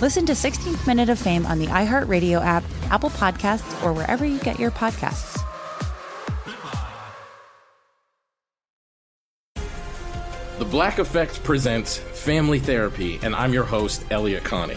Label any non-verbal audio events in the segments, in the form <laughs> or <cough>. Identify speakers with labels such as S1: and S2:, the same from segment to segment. S1: Listen to 16th Minute of Fame on the iHeartRadio app, Apple Podcasts, or wherever you get your podcasts.
S2: The Black Effect presents Family Therapy, and I'm your host, Elliot Connie.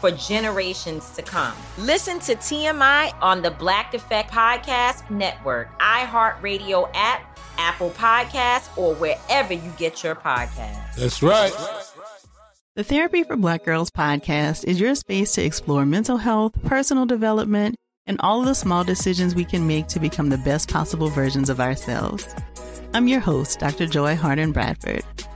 S3: for generations to come. Listen to TMI on the Black Effect Podcast Network, iHeartRadio app. Apple Podcasts, or wherever you get your podcasts.
S4: That's right.
S5: The Therapy for Black Girls podcast is your space to explore mental health, personal development, and all of the small decisions we can make to become the best possible versions of ourselves. I'm your host, Dr. Joy Harden Bradford,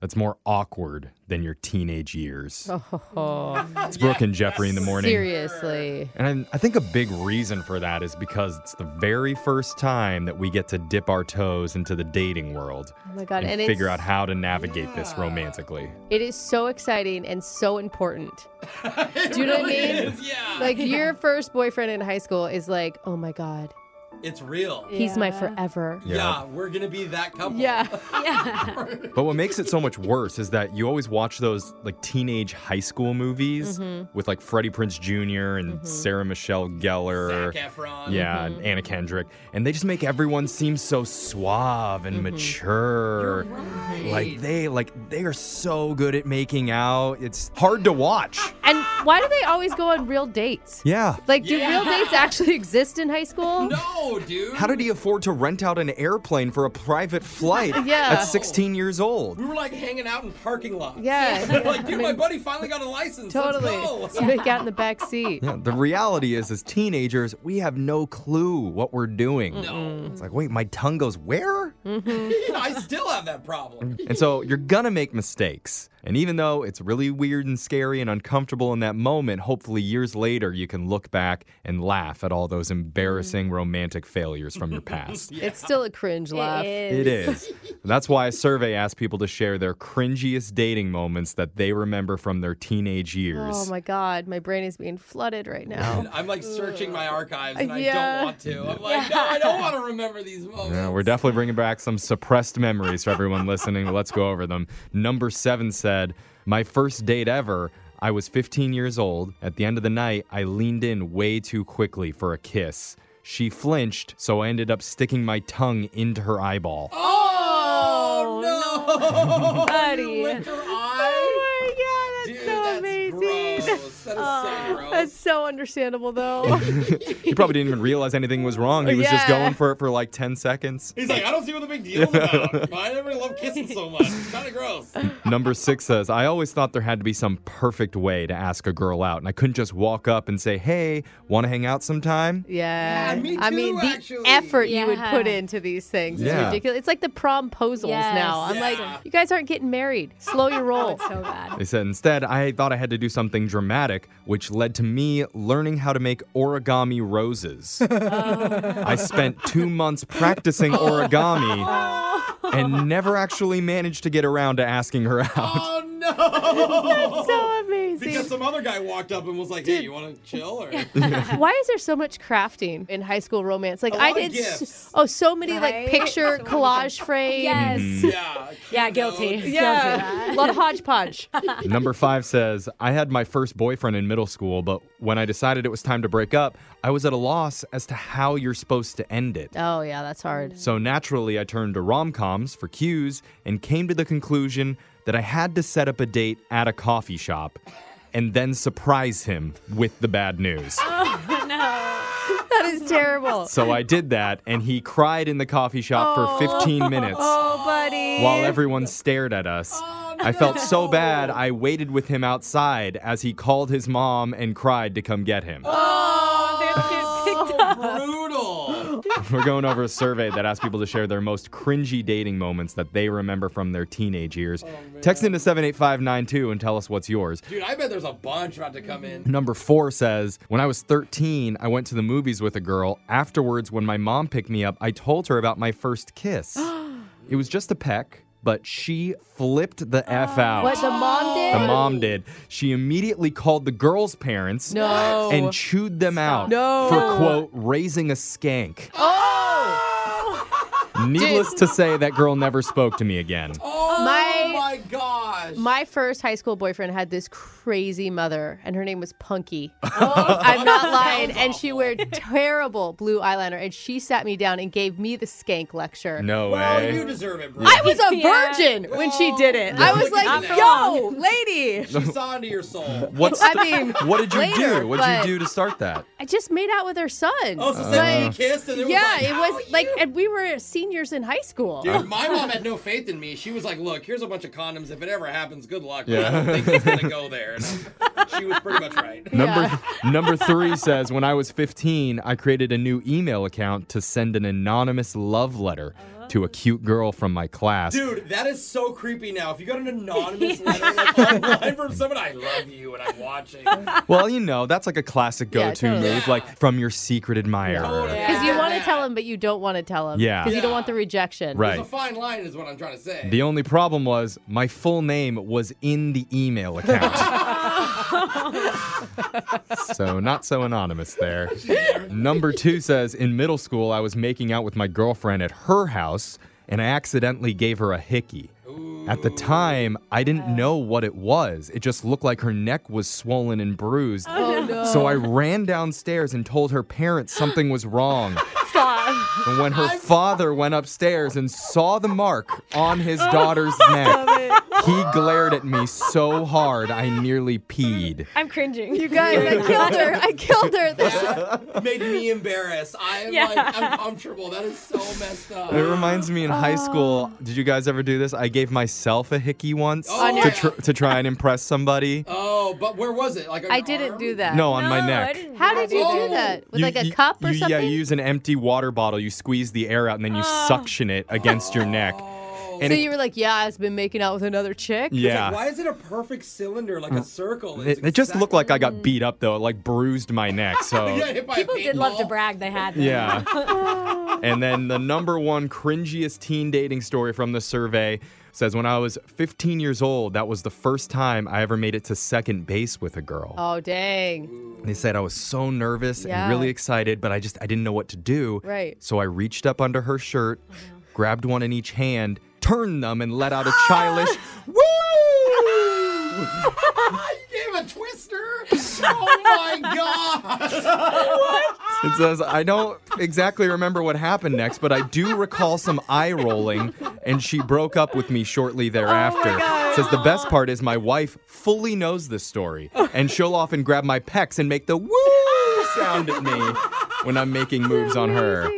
S6: that's more awkward than your teenage years.
S7: Oh,
S6: It's Brooke and Jeffrey in the morning.
S7: seriously.
S6: And I I think a big reason for that is because it's the very first time that we get to dip our toes into the dating world
S7: Oh my god!
S6: and,
S7: And
S6: figure out
S7: it's-
S6: how to navigate this romantically.
S7: It is so exciting and so important.
S8: <laughs>
S7: Do you know what I mean?
S8: Yeah.
S7: Like your first boyfriend in high school is like, oh my god,
S8: it's real.
S7: he's my forever.
S8: Yeah. we're gonna be that couple.
S7: <laughs> Yeah.
S6: But what makes it so much worse is that you always watch those like teenage high school movies with like Freddie Prince Jr. and Sarah Michelle Gellar.
S8: Zac Efron.
S6: Yeah, and Anna Kendrick. And they just make everyone seem so suave and mature. Like they like they are so good at making out. It's hard to watch.
S7: And why do they always go on real dates?
S6: Yeah.
S7: Like, do
S8: Yeah.
S7: real dates actually exist in high school?
S8: No, dude.
S6: How did he afford to rent out an airplane for a private flight
S7: Yeah.
S6: at 16 years
S8: <laughs>
S6: old?
S8: we were like hanging out in parking lots.
S7: Yeah.
S8: We're <laughs> like, dude,
S7: I mean, <laughs>
S8: my buddy finally got a license.
S7: Totally.
S8: Let's
S7: <laughs> So
S8: go.
S7: they got
S6: <laughs>
S7: in the back
S8: <laughs>
S7: seat.
S6: Yeah, the reality is, as teenagers, we have no clue what we're doing.
S8: No.
S6: Mm-hmm. It's like, wait, my tongue goes where?
S8: <laughs> I still have that problem.
S6: And so you're gonna make mistakes. And even though it's really weird and scary and uncomfortable in that moment, hopefully years later you can look back and laugh at all those embarrassing romantic failures from your
S7: <laughs>
S6: past.
S7: It's still a cringe laugh.
S6: It is. That's why a survey asked people to share their cringiest dating moments that they remember from their teenage years.
S7: Oh my god, my brain is being flooded right now.
S8: And I'm like searching my archives and I
S7: Yeah.
S8: don't want to. I'm like, no, I don't
S7: <laughs>
S8: want to remember these moments.
S6: Yeah, we're definitely bringing back some suppressed memories for everyone listening. Let's go over them. Number seven said, My first date ever, I was 15 years old. At the end of the night, I leaned in way too quickly for a kiss. She flinched, so I ended up sticking my tongue into her eyeball.
S8: Oh, <laughs> no,
S7: buddy.
S8: You licked her eye?
S7: Oh my god,
S8: Dude,
S7: that's
S8: that's
S7: so amazing. Oh,
S8: gross. That is so gross.
S7: That's so understandable <laughs> though.
S6: He probably didn't even realize anything was wrong. He was just
S7: Yeah.
S6: going for it for like 10 seconds.
S8: He's like, I don't see what the big deal's
S6: <laughs>
S8: about. I never love kissing so much. It's kind of gross.
S6: Number six says, I always thought there had to be some perfect way to ask a girl out, and I couldn't just walk up and say, Hey, want to hang out sometime?
S7: Yeah.
S8: Yeah, me
S7: I mean,
S8: too,
S7: the
S8: actually.
S7: effort you would
S9: Yeah.
S7: put into these things
S6: Yeah.
S7: is ridiculous. It's like the promposals
S9: Yes.
S7: now. I'm
S8: Yeah.
S7: like, you guys aren't getting married.
S8: <laughs>
S7: Slow your roll.
S9: so bad.
S6: They said instead, I thought I had to do something dramatic, which led to me learning how to make origami roses. I spent two months
S8: <laughs>
S6: practicing origami and never actually managed to get around to asking her out.
S8: Oh no! No.
S7: That's so amazing.
S8: Because some other guy walked up and was like, "Hey, you want to chill?"
S7: <laughs>
S8: Or
S9: <laughs>
S7: Why is there so much crafting in high school romance? Like
S8: A
S7: I
S8: lot of
S7: did, s-
S8: gifts.
S7: oh, so many
S9: Right? <laughs>
S7: like picture collage frames.
S9: Yes.
S6: Mm-hmm.
S7: <laughs>
S8: yeah,
S9: Yeah, guilty.
S7: Yeah, <laughs> a lot of
S9: <laughs>
S7: hodgepodge.
S6: Number five says, I had my first boyfriend in middle school, but when I decided it was time to break up, I was at a loss as to how you're supposed to end it.
S7: oh yeah, that's hard.
S6: So naturally, I turned to rom coms for cues and came to the conclusion that I had to set up a date at a coffee shop and then surprise him with the bad news.
S9: <laughs> Oh, no.
S7: That is terrible.
S6: <laughs> So I did that, and he cried in the coffee shop for 15 minutes
S7: Oh, buddy.
S6: while everyone stared at us. I felt so bad, I waited with him outside as he called his mom and cried to come get him.
S7: <laughs>
S8: brutal.
S6: <laughs> We're going over a survey that asked people to share their most cringy dating moments that they remember from their teenage years. Text into 78592 and tell us what's yours.
S8: Dude, I bet there's a bunch about to come in.
S6: Number four says, When I was 13, I went to the movies with a girl. Afterwards, when my mom picked me up, I told her about my first
S7: <gasps>
S6: kiss. it was just a peck, but she flipped the F out.
S7: Oh. What the mom did?
S6: The mom did. She immediately called the girl's parents
S7: No.
S6: and chewed them out
S7: No.
S6: for, quote, raising a skank.
S7: Oh.
S6: Needless to say, that girl never spoke to me
S7: <laughs>
S6: again.
S8: Oh
S7: <laughs> My-
S8: my, gosh.
S7: My first high school boyfriend had this crazy mother, and her name was Punky.
S8: Oh.
S7: I'm not lying. And she wore terrible blue eyeliner, and she sat me down and gave me the skank lecture.
S9: <laughs>
S6: No
S8: well,
S6: way.
S8: you deserve it, bro.
S7: I was a
S9: Yeah.
S7: virgin when she did it. I was
S8: Not
S7: like,
S8: for
S7: yo, lady.
S8: She saw into your
S6: <laughs>
S8: soul.
S6: What's
S7: I mean,
S6: what did you
S7: later,
S6: do? What did
S7: but-
S6: you do to start that?
S7: I just made out with her son.
S8: Oh, so
S7: Like,
S8: they kissed and it was
S7: yeah,
S8: like,
S7: it
S8: "How
S7: was
S8: you
S7: like, and we were seniors in high school.
S8: Dude, my mom
S7: <laughs>
S8: had no faith in me. She was like, "Look, here's a bunch of condoms. If it ever happens, good luck. But I
S6: Yeah.
S8: don't think it's gonna go
S6: <laughs>
S8: there." And I'm- she was pretty much right.
S6: Number <laughs> number three says, when I was 15, I created a new email account to send an anonymous love letter
S7: Uh-huh.
S6: to a cute girl from my class.
S8: Dude, that is so creepy. Now, if you got an anonymous letter like, online from someone, "I love you" and I'm watching.
S6: Well, you know, that's like a classic
S7: Yeah,
S6: go-to
S7: totally.
S6: move, like from your secret admirer.
S8: Totally.
S7: Because you
S8: Yeah.
S7: want to tell him, but you don't want to tell him.
S6: Yeah.
S7: Because you don't
S8: Yeah.
S7: want the rejection.
S6: Right.
S8: It's a fine line, is what I'm trying to say.
S6: The only problem was my full name was in the
S7: <laughs>
S6: email account. so not so anonymous there.
S7: <laughs>
S6: Number two says in middle school I was making out with my girlfriend at her house and I accidentally gave her a hickey. At the time, I didn't know what it was. It just looked like her neck was swollen and bruised.
S7: Oh, no.
S6: So I ran downstairs and told her parents something was wrong.
S7: Stop.
S6: And
S7: <laughs>
S6: when her father went upstairs and saw the mark on his
S7: Oh,
S6: daughter's neck, he glared at me so hard I nearly peed.
S9: I'm cringing.
S7: You guys,
S8: <laughs>
S7: I killed her. I killed her. This-
S8: That made me embarrassed. I'm
S9: Yeah.
S8: like uncomfortable. That is so
S7: <laughs>
S8: messed up.
S6: It reminds me in high school, did you guys ever do this? I gave myself a hickey once
S8: Oh,
S6: to,
S8: yeah.
S6: tr- to try and impress somebody.
S8: Oh, but where was it? Like on
S7: I
S8: your
S7: didn't
S8: arm?
S7: do that.
S6: No, on my
S9: No, I
S6: neck.
S9: didn't
S7: How did you do
S8: Oh.
S7: that? With
S6: You-
S7: like a
S6: you-
S7: cup or
S6: you-
S7: something?
S6: Yeah, you use an empty water bottle, you squeeze the air out, and then you suction it against your neck. And
S7: Oh. so
S6: it-
S7: you were like, yeah, I've been making out with another chick.
S8: It's
S6: yeah. Mm.
S8: Like, why is it a perfect cylinder, like a circle?
S6: It, it just looked like I got beat up though. It like bruised my neck.
S8: <laughs>
S7: <laughs>
S6: So
S9: People did love to brag they
S6: <laughs>
S9: had them.
S6: yeah. and then the number one cringiest teen dating story from the survey says when I was 15 years old, that was the first time I ever made it to second base with a girl.
S7: Oh dang.
S6: They said I was so nervous
S7: Yeah.
S6: and really excited, but I just I didn't know what to do.
S7: Right. Uh-huh.
S6: So I reached up under her shirt, grabbed one in each hand, turned them, and let out
S7: <gasps>
S6: a childish woo.
S8: You gave a twister. Oh
S6: <laughs>
S8: my god.
S6: It says, I don't exactly remember what happened next, but I do recall some eye rolling, and she broke up with me
S7: Oh
S6: shortly thereafter. It says, The best part is my wife fully knows this story, and she'll often grab my pecs and make the woo sound at me when I'm
S7: <laughs>
S6: making moves on her.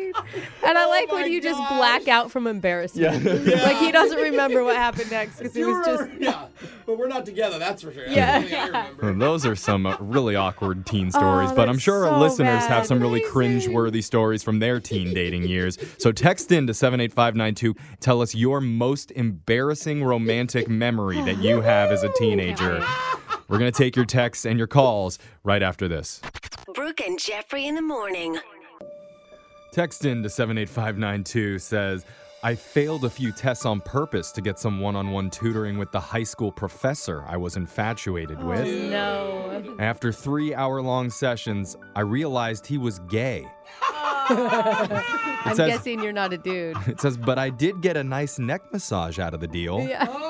S7: And I like
S8: Oh my
S7: when you just
S8: gosh.
S7: black out from embarrassment.
S8: <laughs> Yeah.
S7: Like he doesn't remember what happened next because it
S8: You
S6: <laughs>
S7: was just
S8: were- yeah, but we're not together. That's for sure.
S7: Yeah.
S8: That's the only thing I
S6: Well,
S8: remember.
S6: Those are some uh, really awkward teen stories, but I'm
S7: that's
S6: sure our
S7: so
S6: listeners have
S7: bad.
S6: some really cringe-worthy stories from their teen dating years. So text in to 78592. Tell us your most embarrassing romantic memory that you have as a teenager. We're going to take your texts and your calls right after this.
S10: Brooke and Jeffrey in the morning.
S6: Text in to 78592 says, I failed a few tests on purpose to get some one on one tutoring with the high school professor I was infatuated
S7: Oh,
S6: with. Oh
S9: no.
S6: After three hour long sessions, I realized he was gay. <laughs>
S7: I'm
S6: says-
S7: guessing you're not
S6: <laughs>
S7: a dude.
S6: It says, but I did get a nice neck massage out of the deal.
S7: Yeah.
S8: Oh.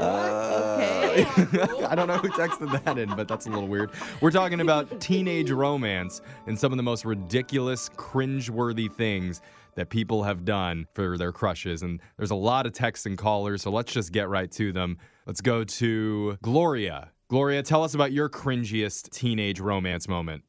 S6: Uh, <laughs> I don't know who texted that in, but that's a little weird. We're talking about teenage romance and some of the most ridiculous, cringeworthy things that people have done for their crushes. And there's a lot of texts and callers, so let's just get right to them. Let's go to Gloria. Gloria, tell us about your cringiest teenage romance moment.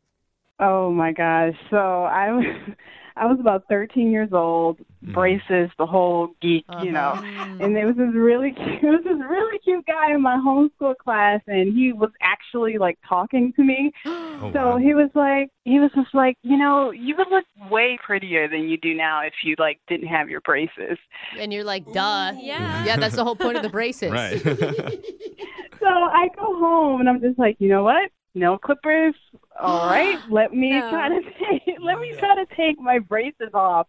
S10: Oh my gosh. So I was <laughs> I was about 13 years old, braces, the whole geek, you know. And there was this really <laughs> cute, there was this really cute guy in my homeschool class and he was actually like talking to me. so
S11: wow.
S10: he was like he was just like, you know, you would look way prettier than you do now if you like didn't have your braces.
S7: And you're like, duh.
S6: <laughs>
S9: Yeah.
S7: Yeah, that's the whole point of the braces. <laughs>
S10: So I go home and I'm just like, you know what? No clippers. All right, let me
S9: No.
S10: try to <laughs> take, let me try to take my braces off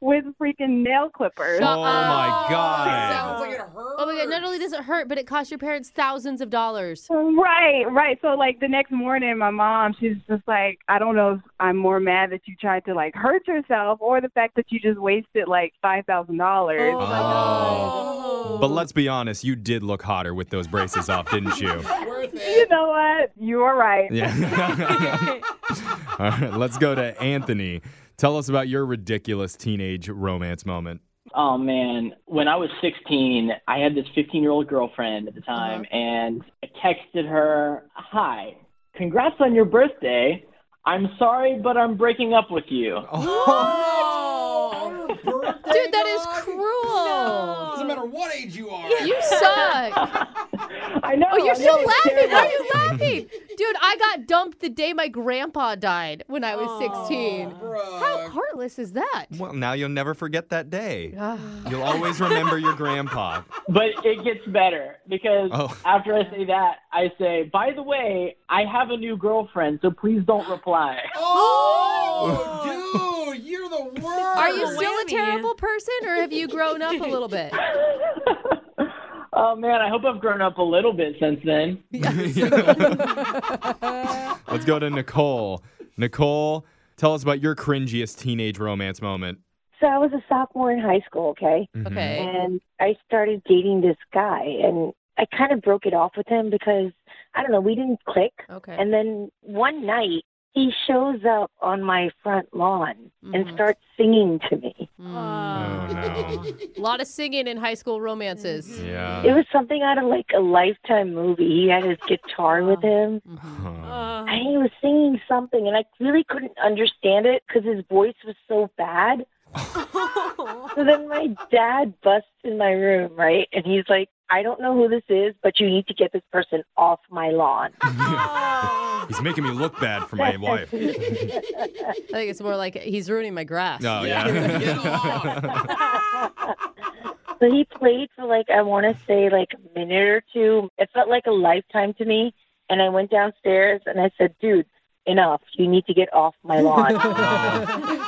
S10: with freaking nail clippers.
S6: oh my God.
S8: like it hurts.
S7: Oh my god, not only does it hurt, but it costs your parents thousands of dollars.
S10: Right, right. So like the next morning, my mom, she's just like, I don't know if I'm more mad that you tried to like hurt yourself or the fact that you just wasted like five thousand
S7: Oh,
S10: dollars.
S6: Oh. But let's be honest, you did look hotter with those braces off,
S10: <laughs>
S6: didn't you?
S10: You know what? You are right.
S6: Yeah. <laughs> All right, let's go to Anthony. Tell us about your ridiculous teenage romance moment.
S12: Oh man, when I was 16, I had this 15-year-old girlfriend at the time,
S10: Uh-huh.
S12: and I texted her, "Hi, congrats on your birthday. I'm sorry, but I'm breaking up with you."
S8: Oh.
S9: Oh,
S7: Dude, that is cruel.
S8: Doesn't matter what age you are.
S7: You suck.
S12: I know.
S7: Oh, you're
S12: I
S7: still
S12: know, it's
S7: laughing. Why are you
S12: terrible.
S7: laughing? Dude, I got dumped the day my grandpa died when I was 16. How heartless is that?
S6: Well, now you'll never forget that day.
S7: Ugh.
S6: You'll always remember your grandpa.
S12: <laughs> But it gets better because
S6: Oh.
S12: after I say that, I say, "By the way, I have a new girlfriend, so please don't reply."
S8: <laughs> Oh, dude, you're the worst.
S7: Are you still a terrible person or have you
S9: <laughs>
S7: grown up a little bit?
S12: Oh man, I hope I've grown up a little bit since then.
S6: Let's go to Nicole. Nicole, tell us about your cringiest teenage romance moment.
S13: So I was a sophomore in high school, okay?
S6: Okay.
S13: And I started dating this guy and I kind of broke it off with him because I don't know, we didn't click.
S7: Okay.
S13: And then one night he shows up on my front lawn and starts singing to me.
S6: Oh, no.
S7: A lot of singing in high school romances.
S6: Yeah.
S7: Uh-huh.
S13: it was something out of like a lifetime movie. He had his guitar with him and he was singing something and I really couldn't understand it because his voice was so bad. so then my dad busts in my room, right? And he's like, I don't know who this is, but you need to get this person off my lawn.
S6: He's making me look bad
S12: <laughs>
S6: for my
S7: <laughs>
S6: wife. Oh,
S7: I think it's more like he's ruining my grass.
S6: yeah. <laughs>
S13: So he played for like I want to say like a minute or two. It felt like a lifetime to me. And I went downstairs and I said, "Dude, enough. You need to get off my lawn."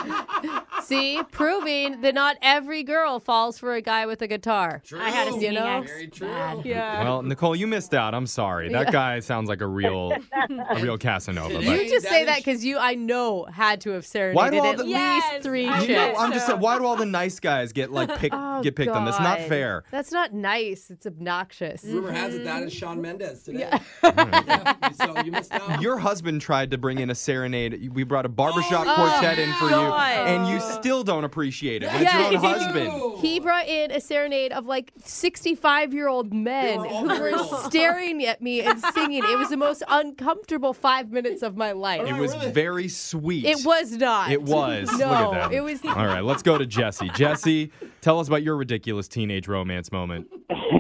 S7: See, proving that not every girl falls for a guy with a guitar.
S9: I had a
S7: you
S9: singing
S7: know?
S9: Very
S8: true.
S7: Yeah.
S6: well, Nicole, you missed out. I'm sorry. That
S7: Yeah.
S6: guy sounds like a real, a real Casanova. but-
S7: you just say that because you, I know, had to have
S6: Why do
S7: serenaded
S6: all
S7: at
S6: the-
S7: least three
S6: You
S7: chicks.
S6: know, I'm just saying, why do all the nice guys get like pick,
S7: <laughs> Oh,
S6: get picked on? That's not
S7: God.
S6: fair.
S7: That's not nice. It's obnoxious. Mm-hmm.
S8: Rumor has it that is Sean Mendez today. so you missed out.
S6: Your husband tried to bring in a serenade. We brought a barbershop
S7: Oh,
S6: quartet in for you,
S7: God.
S6: and you still don't appreciate it. But it's your own husband.
S7: He brought in a serenade of like 65 year old men who were staring at me and singing. It was the most uncomfortable five minutes of my life.
S8: Oh,
S6: It was very sweet.
S7: It was not.
S6: It was.
S7: <laughs> No,
S6: Look at that.
S7: it was.
S6: All right, let's go to
S7: <laughs>
S6: Jesse. Jesse, tell us about your ridiculous teenage romance moment.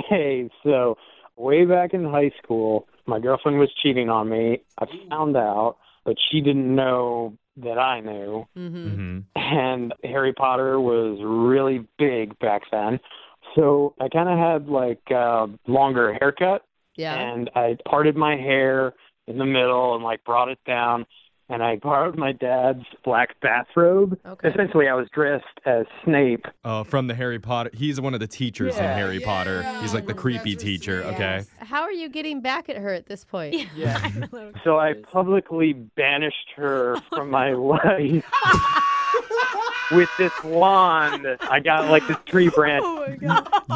S14: Hey, so way back in high school, my girlfriend was cheating on me. I found out, but she didn't know that I knew. And Harry Potter was really big back then. So I kind of had like a longer haircut.
S7: Yeah.
S14: And I parted my hair in the middle and like brought it down. and I borrowed my dad's black bathrobe. Essentially, I was dressed as Snape.
S6: Uh, from the Harry Potter. He's one of the teachers in
S7: Yeah.
S6: Harry Potter. He's like the creepy teacher. Okay.
S7: How are you getting back at her at this point?
S14: Yeah. <laughs> So I publicly banished her from my life. With this wand, I got like this tree branch.
S6: Oh,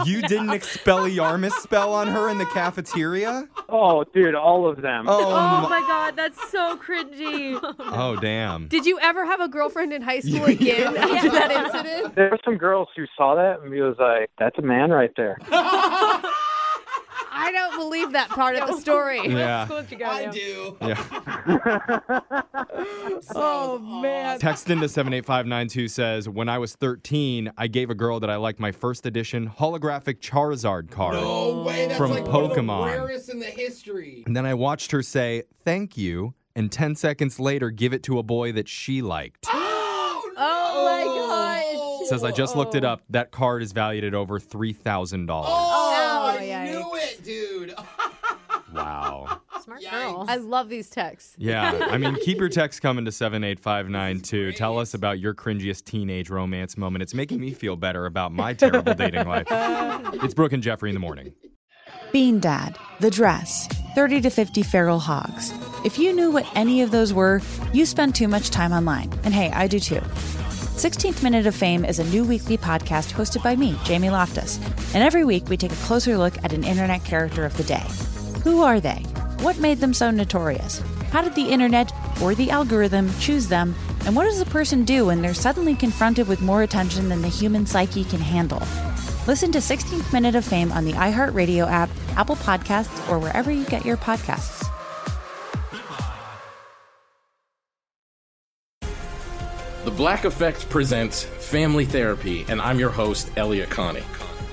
S6: <laughs> You didn't Expelliarmus spell on her in the cafeteria?
S14: Oh, dude, all of them.
S6: Oh,
S7: Oh
S6: my-
S7: my god, that's so
S6: <laughs>
S7: cringy.
S6: oh damn.
S7: Did you ever have a girlfriend in
S6: <laughs>
S7: high school again after that incident? <laughs>
S14: There were some girls who saw that and was like, "That's a man right there." <laughs>
S7: I don't believe that part of the story.
S14: Yeah.
S7: I do.
S8: <laughs>
S6: <laughs>
S9: Oh man.
S6: Text into 78592 says, When I was 13, I gave a girl that I liked my first edition holographic Charizard card
S8: No way. That's
S6: from
S8: like
S6: Pokemon.
S8: One of the rarest in
S9: <gasps>
S8: the history.
S6: and then I watched her say, Thank you. And 10 seconds later, give it to a boy that she liked.
S8: <gasps>
S9: Oh my gosh.
S6: Says, I just looked it up. That card is valued at over $3,000.
S9: Oh, I knew
S8: it, dude. Oh.
S6: Wow.
S9: Smart girl.
S7: I love these texts.
S6: Yeah.
S7: <laughs>
S6: I mean, keep your text coming to 78592. Tell us about your cringiest teenage romance moment. It's making me feel better about my terrible dating life. It's Brooke and Jeffrey in the morning.
S1: Bean Dad, The Dress, 30 to 50 Feral Hogs. If you knew what any of those were, you spend too much time online. And hey, I do too. 16th Minute of Fame is a new weekly podcast hosted by me, Jamie Loftus. And every week we take a closer look at an internet character of the day. Who are they? What made them so notorious? How did the internet or the algorithm choose them? And what does a person do when they're suddenly confronted with more attention than the human psyche can handle? Listen to 16th Minute of Fame on the iHeartRadio app, Apple Podcasts, or wherever you get your podcasts.
S2: The Black Effect presents Family Therapy, and I'm your host, Elliot Connie.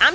S3: I'm